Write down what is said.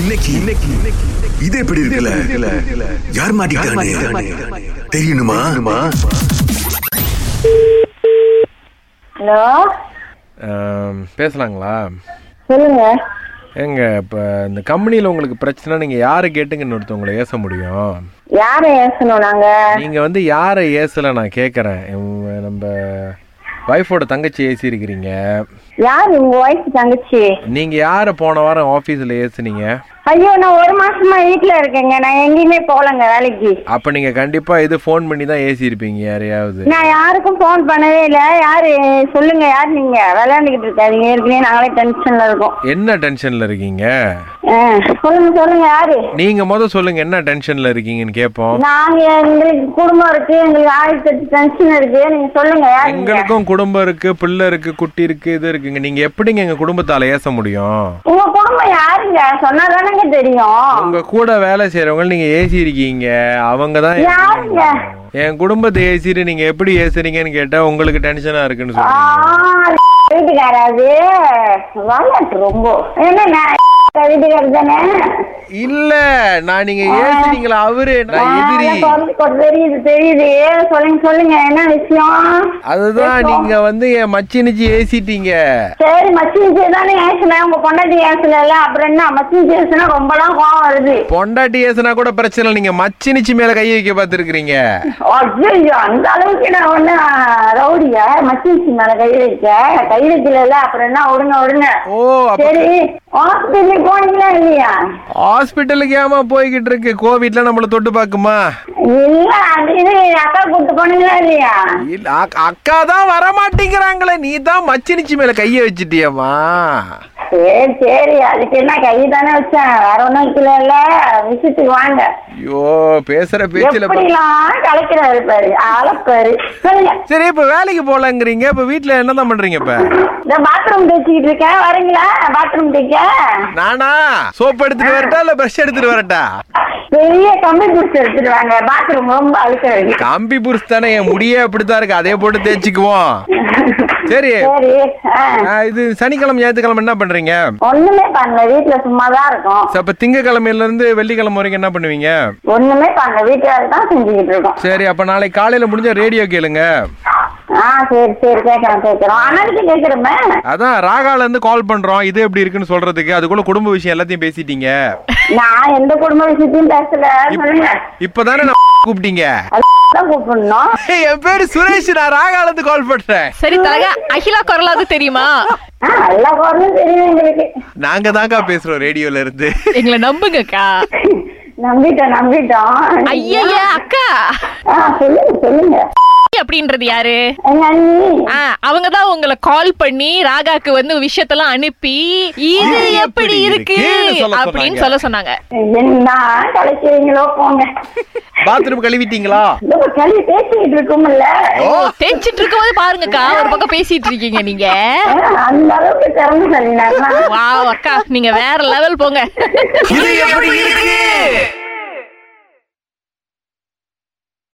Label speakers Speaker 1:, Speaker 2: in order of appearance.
Speaker 1: இன்னைக்கு இன்னைக்கு இன்னைக்கு- இது எப்படி இருக்குல்ல யார் மாட்டிக்கிட்டானே தெரியணுமா
Speaker 2: ஹலோ
Speaker 3: ஆம், பேசலாங்களா
Speaker 2: சொல்லுங்க
Speaker 3: ஏங்க இப்போ இந்த கம்பெனியில் உங்களுக்கு பிரச்சனை நீங்கள் யாரை கேட்டுங்கன்னு ஒருத்தவங்களை ஏச முடியும்
Speaker 2: யார ஏசணும் நாங்க
Speaker 3: நீங்கள் வந்து யாரை ஏசலை நான் கேட்குறேன் நம்ம ஒய்ஃபோட தங்கச்சி ஏசி இருக்கிறீங்க
Speaker 2: யார் உங்க ஒய்ஃப் தங்கச்சி
Speaker 3: நீங்கள் யாரை போன வாரம் ஆஃபீஸில் ஏசுனீங்க
Speaker 2: ஐயோ நான் ஒரு மாசமா வீட்டுல இருக்கேங்க நான் எங்கேயுமே போகலங்க வேலைக்கு
Speaker 3: அப்போ நீங்கள் கண்டிப்பாக இது ஃபோன் பண்ணி தான் ஏசியிருப்பீங்க யாரையாவது
Speaker 2: நான் யாருக்கும் ஃபோன் பண்ணவே இல்ல யாரு சொல்லுங்க யார் நீங்க விளையாண்டுகிட்டு இருக்காதீங்க ஏற்கனவே நாங்களே டென்ஷன்ல இருக்கோம்
Speaker 3: என்ன டென்ஷனில் இருக்கீங்க
Speaker 2: ஆ, சொல்லுங்க சொல்லுங்க யாரு
Speaker 3: நீங்கள் முத சொல்லுங்கள் என்ன டென்ஷனில் இருக்கீங்கன்னு கேட்போம்
Speaker 2: நாங்க எங்களுக்கு குடும்பம் இருக்கு எங்களுக்கு ஆயிரத்தி எட்டு டென்ஷன் இருக்கு நீங்க சொல்லுங்க யார் நீங்க
Speaker 3: எங்களுக்கும் குடும்பம் இருக்கு பிள்ளை இருக்கு குட்டி இருக்கு இது இருக்குங்க நீங்க எப்படிங்க எங்க குடும்பத்தால ஏச முடியும்
Speaker 2: உங்க குடும்பம் யாருங்க சொன்னா தானங்க தெரியும்
Speaker 3: உங்க கூட வேலை செய்யறவங்க நீங்க ஏசி இருக்கீங்க அவங்க தான்
Speaker 2: யாருங்க
Speaker 3: என் குடும்பத்தை ஏசிட்டு நீங்க எப்படி ஏசுறீங்கன்னு கேட்டா உங்களுக்கு டென்ஷனா இருக்குன்னு
Speaker 2: ஆ,
Speaker 3: சொல்லுங்க
Speaker 2: வீட்டுக்காராது விளையாட்டு ரொம்ப என்ன நான் வீட்டுக்காரர் தானே
Speaker 3: இல்ல நான் நீங்க ஏசுறீங்களா அவரு
Speaker 2: ஆ,
Speaker 3: நான் எதிரி
Speaker 2: எனக்கு வந்து கொஞ்சம் தெரியுது தெரியுது சொல்லுங்க சொல்லுங்க என்ன விஷயம்
Speaker 3: அதுதான் நீங்க வந்து என் மச்சினிச்சு ஏசிட்டீங்க
Speaker 2: சரி மச்சிஞ்சே தானே ஏசுனேன் உங்க பொண்டாட்டி ஏசுனல அப்புறம் என்ன மச்சிஞ்சு ஏசுனா ரொம்பலாம் கோவம் வருது
Speaker 3: பொண்டாட்டி ஏசுனா கூட பிரச்சனை இல்ல. நீங்க மச்சினிச்சு மேல கை வைக்க பாத்துருக்கீங்க
Speaker 2: ஐயோ அந்த அளவுக்கு நான் ஒண்ணு ரவுடியா மச்சிஞ்சி மேல கை வைக்க கை வைக்கல அப்புறம் என்ன விடுங்க விடுங்க
Speaker 3: ஓ அப்ப
Speaker 2: சரி ஹாஸ்பிட்டலுக்கு போனீங்களா இல்லையா
Speaker 3: ஹாஸ்பிட்டலுக்கு ஏமா போய்கிட்டு இருக்கு கோவிட்ல நம்மள தொட்டு பாக்குமா
Speaker 2: இல்ல அது இது அக்கா கூட்டு போனீங்களா இல்லையா
Speaker 3: இல்ல அக்- அக்கா தான் வர மாட்டேங்கிறாங்களே நீ தான் மச்சினிச்சு மேல கைய வச்சிட்டியம்மா
Speaker 2: சரி சரி அதுக்கு என்ன கை தானே வச்சேன் வேற ஒண்ணும் வைக்கல விசிட்டுக்கு வாங்க
Speaker 3: ஐயோ பேசுற பேச்சுல பா-
Speaker 2: எப்படிலாம் கலைக்கிறாரு பாரு ஆளப்பாரு சொல்லுங்க
Speaker 3: சரி இப்ப வேலைக்கு போலாங்கிறீங்க இப்ப வீட்ல என்னதான் பண்றீங்க இப்ப
Speaker 2: இந்த பாத்ரூம் தேய்ச்சிக்கிட்டு இருக்கேன் வரீங்களா பாத்ரூம் தேய்க்க
Speaker 3: நானா சோப் எடுத்துட்டு வரட்டா இல்ல பிரஷ் எடுத்துட்டு வரட்டா
Speaker 2: பெரிய கம்பி பிடிச்சி எடுத்துட்டு வாங்க பாத்ரூம் ரொம்ப அழுக்கிறது
Speaker 3: கம்பி புருஷ் தானே என் முடியே அப்படித்தான் இருக்கு அதே போட்டு தேய்ச்சிக்குவோம் சரி
Speaker 2: சரி ஆ.
Speaker 3: ஆ, இது சனிக்கிழமை ஞாயிற்றுக்கிழமை என்ன பண்றீங்க
Speaker 2: ஒண்ணுமே பண்ணல வீட்டுல சும்மாதான் இருக்கும்
Speaker 3: சரி, அப்ப திங்கக்கிழமையில இருந்து வெள்ளிக்கிழமை வரைக்கும் என்ன பண்ணுவீங்க
Speaker 2: ஒண்ணுமே பண்ணல வீட்டுல தான் செஞ்சுக்கிட்டு இருக்கோம்
Speaker 3: சரி அப்ப நாளைக்கு காலையில முடிஞ்ச ரேடியோ கேளுங்க
Speaker 2: ஆ சரி சரி கேட்கறோம் கேட்கறோம் அண்ணனுக்கு கேட்கறமே
Speaker 3: அதான் ராகால இருந்து கால் பண்றோம் இது எப்படி இருக்குன்னு சொல்றதுக்கு அதுக்குள்ள குடும்ப விஷயம் எல்லாத்தையும் பேசிட்டீங்க
Speaker 2: நான் எந்த குடும்ப விஷயத்தையும் பேசல சொல்லுங்க
Speaker 3: இப்பதானே நான் கூப்பிட்டீங்க
Speaker 2: அதுதான் கூப்பிடணும்
Speaker 3: ஏய், என் பேரு சுரேஷ் நான் ராகால இருந்து கால் பண்றேன்
Speaker 4: சரி தலக அகிலா குரலாவது தெரியுமா
Speaker 2: ஆ எல்லா குரலும் தெரியும் எங்களுக்கு
Speaker 3: நாங்க தாங்க பேசுறோம் ரேடியோல இருந்து
Speaker 4: எங்களை நம்புங்கக்கா
Speaker 2: நம்பிட்டோம் நம்பிட்டோம்
Speaker 4: ஐயய்ய அக்கா
Speaker 2: ஆ சொல்லுங்க சொல்லுங்க
Speaker 4: அப்படின்றது யாரு
Speaker 2: எங்க அண்ணி
Speaker 4: ஆ, அவங்கதான் உங்களை கால் பண்ணி ராகாக்கு வந்து விஷயத்தெல்லாம் அனுப்பி இது எப்படி இருக்கு
Speaker 3: கேளு சொல்ல சொன்னாங்க.
Speaker 4: அப்படின்னு சொல்ல சொன்னாங்க
Speaker 2: என்ன கலைக்கிறீங்களோ போங்க
Speaker 3: பாத்ரூம் கழுவிட்டீங்களா
Speaker 2: இதோ கல்வி பேசிக்கிட்டு இருக்கும்ல
Speaker 3: ஓ
Speaker 4: தெரிஞ்சிட்டு இருக்கும் போது பாருங்கக்கா ஒரு பக்கம் பேசிட்டு இருக்கீங்க நீங்க
Speaker 2: ஆ, அந்த அளவுக்கு திறந்து சொல்லினாங்களா
Speaker 4: வாவ் அக்கா நீங்க வேற லெவல் போங்க
Speaker 3: இது எப்படி இருக்கு